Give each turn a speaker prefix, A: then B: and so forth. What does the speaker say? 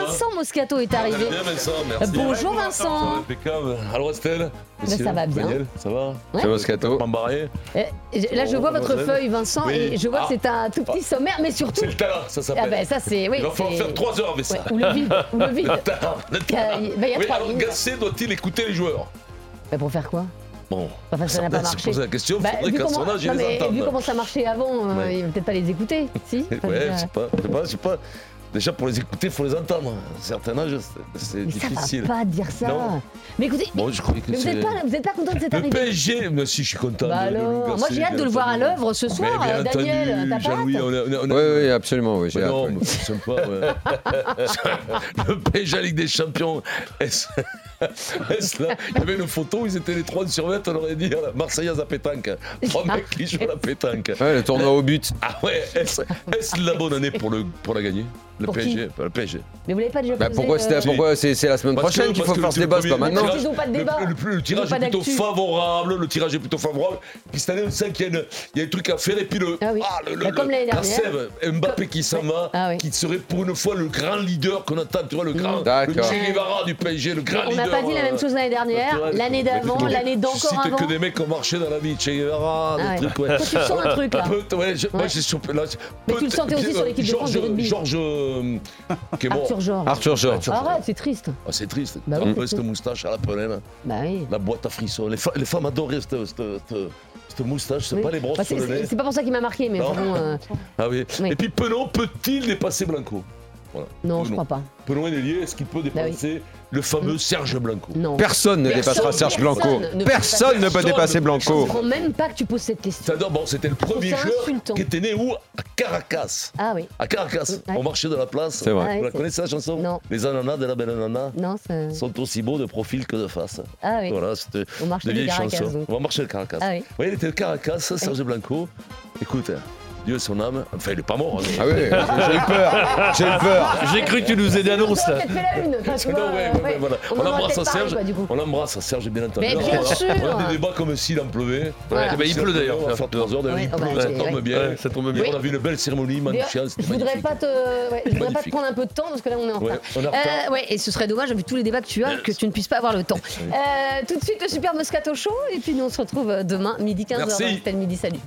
A: Vincent Moscato est arrivé.
B: Bien, Vincent, merci.
A: Bonjour Vincent.
B: Impeccable. Allô, Estelle
A: ça va bien.
B: Daniel, ça va
A: Ouais.
C: C'est Moscato.
B: M'embarré
A: Eh, je- Là, je vois votre
B: Oh, Mademoiselle.
A: feuille, Vincent,
B: Oui.
A: et je vois
B: Ah.
A: que c'est un tout petit sommaire, mais surtout.
B: C'est le talent, ça s'appelle.
A: Ah ben ça, c'est. Oui,
B: Il va falloir
A: c'est-
B: faire 3 heures avec
A: Ouais,
B: ça.
A: ou le vide. Ou le vide.
B: Le talent, le
A: Il y a-
B: talent.
A: il- ben, il y a
B: Oui,
A: trois
B: alors
A: lignes.
B: Gasset doit-il écouter les joueurs
A: Mais pour faire quoi
B: Bon,
A: Enfin, Bah, ça n'a pas
B: se
A: marché.
B: poser la question,
A: Bah,
B: faudrait
A: vu,
B: qu'à
A: comment...
B: son âge, il
A: non,
B: les
A: mais vu
B: entende.
A: comment ça marchait avant, euh,
B: Ouais.
A: il va peut-être pas les écouter, si
B: Ouais,
A: Enfin,
B: je
A: euh,
B: sais pas, je sais pas, je sais pas. Déjà, pour les écouter, faut les entendre. À un certain âge, c'est- c'est
A: Mais ça
B: difficile.
A: va pas dire ça.
B: Non.
A: Mais écoutez,
B: Bon, je croyais que
A: mais vous
B: c'est...
A: n'êtes pas, vous êtes pas content de cette
B: Le
A: arrivée
B: PSG, mais si, je suis content.
A: Bah
B: de- de Louis
A: alors,
B: Gasset,
A: moi j'ai hâte de le voir à
B: entendu.
A: l'œuvre ce
B: Mais
A: soir,
B: bien
A: euh, Daniel. T'as
B: entendu,
A: pas hâte
B: Jean-Louis, on est- on est- on est-
C: Oui, oui, absolument. Oui, j'ai
B: Mais
C: hâte,
B: non,
C: oui.
B: mais c'est sympa. ouais. le PSG à Ligue des Champions. Est-ce est-ce là Il y avait une photo où ils étaient les trois de survêt, on aurait dit la Marseillaise à pétanque. Trois mecs qui jouent à la pétanque.
C: Ouais, le tournoi au but.
B: Ah ouais, est-ce est la bonne année pour, le, pour la gagner Le
A: Pour qui
B: PSG, le PSG.
A: Mais vous l'avez pas déjà
C: Bah,
A: posé,
C: pourquoi
A: euh,
C: c'était- pourquoi c'est c'est la semaine
B: Parce que-
C: prochaine qu'il faut
B: parce que
C: faire
B: le-
C: ce débat,
B: le
C: c'est pas
B: premier-
C: maintenant
A: Mais parce qu'ils ont pas de
B: le-
A: débat.
B: Le, le- le
A: Ils
B: tirage
A: ont
B: est
A: pas
B: plutôt
A: d'actu.
B: favorable. Le tirage est plutôt favorable. Puis cette année, on sent qu'il y a, une- il y a un truc à faire. Et puis le.
A: Ah oui.
B: le,
A: Bah, comme l'année
B: la
A: dernière.
B: sève, Mbappé qui s'en va,
A: Ah oui.
B: qui serait pour une fois le grand leader qu'on attend. Tu vois, le grand. Le
C: D'accord.
B: Che Guevara du PSG, le grand
A: On
B: leader.
A: n'a pas dit la
B: euh,
A: même chose l'année dernière,
B: naturel.
A: l'année d'avant,
B: Mais-
A: l'année
B: Je
A: d'encore
B: cite
A: avant.
B: que des mecs qui ont marché dans la vie. Che Guevara,
A: Ah ouais.
B: des trucs, ouais.
A: Toi, tu sens un truc là.
B: Peut- ouais, je- moi,
A: Ouais.
B: j'ai surpris- là, je-
A: Mais tu le
B: peut-
A: sentais aussi
B: puis,
A: sur l'équipe de France de
B: Georges-
A: rugby.
B: Georges, euh, qui est mort.
A: Arthur Georges.
C: Arthur Georges.
B: Arthur Georges.
A: Arrête, c'est triste.
B: Ah, c'est triste.
A: Bah oui,
B: un
A: c'est
B: peu cette
A: triste.
B: moustache à la Pelé,
A: Bah oui.
B: la boîte à frissons. Les, fa- les femmes adoraient cette, cette- cette- cette moustache, c'est
A: Oui.
B: pas les brosses
A: Bah,
B: sur
A: c'est-
B: le nez.
A: c'est c'est pas pour ça qu'il m'a marqué, mais
B: Non.
A: bon, euh,
B: Ah oui.
A: Oui.
B: Et puis Penon peut-il dépasser Blanco Voilà.
A: non, je crois pas.
B: Penon est lié, est-ce qu'il peut
A: Bah
B: dépasser le fameux
A: Mm.
B: Serge Blanco
A: Non.
C: Personne ne
A: Personne,
C: dépassera Serge
A: personne
C: Blanco.
A: ne peut
C: Personne ne peut
B: dépasser-
A: Je
C: dépasser Blanco.
A: comprends même pas que tu poses cette question.
B: C'est-à-dire, bon, c'était le premier
A: ça
B: joueur
A: insultant.
B: qui était né où À Caracas.
A: Ah oui.
B: À Caracas,
A: Ouais.
B: on marchait dans la place.
C: C'est vrai.
A: Ah
B: Vous
A: ouais,
B: la
A: c'est-
B: connaissez la chanson
A: Non.
B: Les ananas de la belle ananas
A: Non, c'est.
B: sont aussi beaux de profil que de face.
A: Ah oui.
B: Voilà, c'était
A: On marche
B: des
A: des
B: vieilles
A: Caracas,
B: chansons.
A: donc.
B: On va marcher le Caracas.
A: Ah oui.
B: Oui, il était le Caracas, Serge Blanco. Écoute, hein, Dieu son âme. Enfin, il est pas mort. hein, mais-
C: Ah oui, j'ai eu peur. J'ai eu peur.
D: J'ai cru que tu nous aidais à
A: On
D: l'ours.
A: aurait peut-être fait la une. enfin, tu
B: Non,
A: vois,
B: ouais,
A: euh,
B: ouais,
A: ouais.
B: ouais, voilà.
A: On
B: On,
A: en aurait
B: embrasse
A: peut-être parlé,
B: Serge.
A: quoi, du coup.
B: on embrasse Serge, bien entendu.
A: Mais
B: Alors,
A: bien
B: on a-
A: sûr.
B: On a des débats comme s'il en pleuvait.
A: Voilà.
D: Eh ben, il pleut d'ailleurs.
B: On va faire trois heures de
A: Ouais,
B: il
A: oh, bah,
B: pleut, ça
A: c'est-
B: tombe
A: ouais.
B: bien.
D: Ouais, ça tombe
B: Et
D: bien.
B: On a vu une belle cérémonie
A: D'ailleurs,
B: manichéenne.
A: Je voudrais pas te, ouais, je voudrais pas te
B: Magnifique.
A: prendre un peu de temps parce que là on est en
B: Ouais,
A: retard.
B: on est en retard.
A: Euh, ouais, et ce serait dommage vu tous les débats que tu as que tu ne puisses pas avoir le temps. Euh, tout de suite le super Moscato Show et puis nous on se retrouve euh, demain midi 15h.
B: Merci.
A: Midi, salut.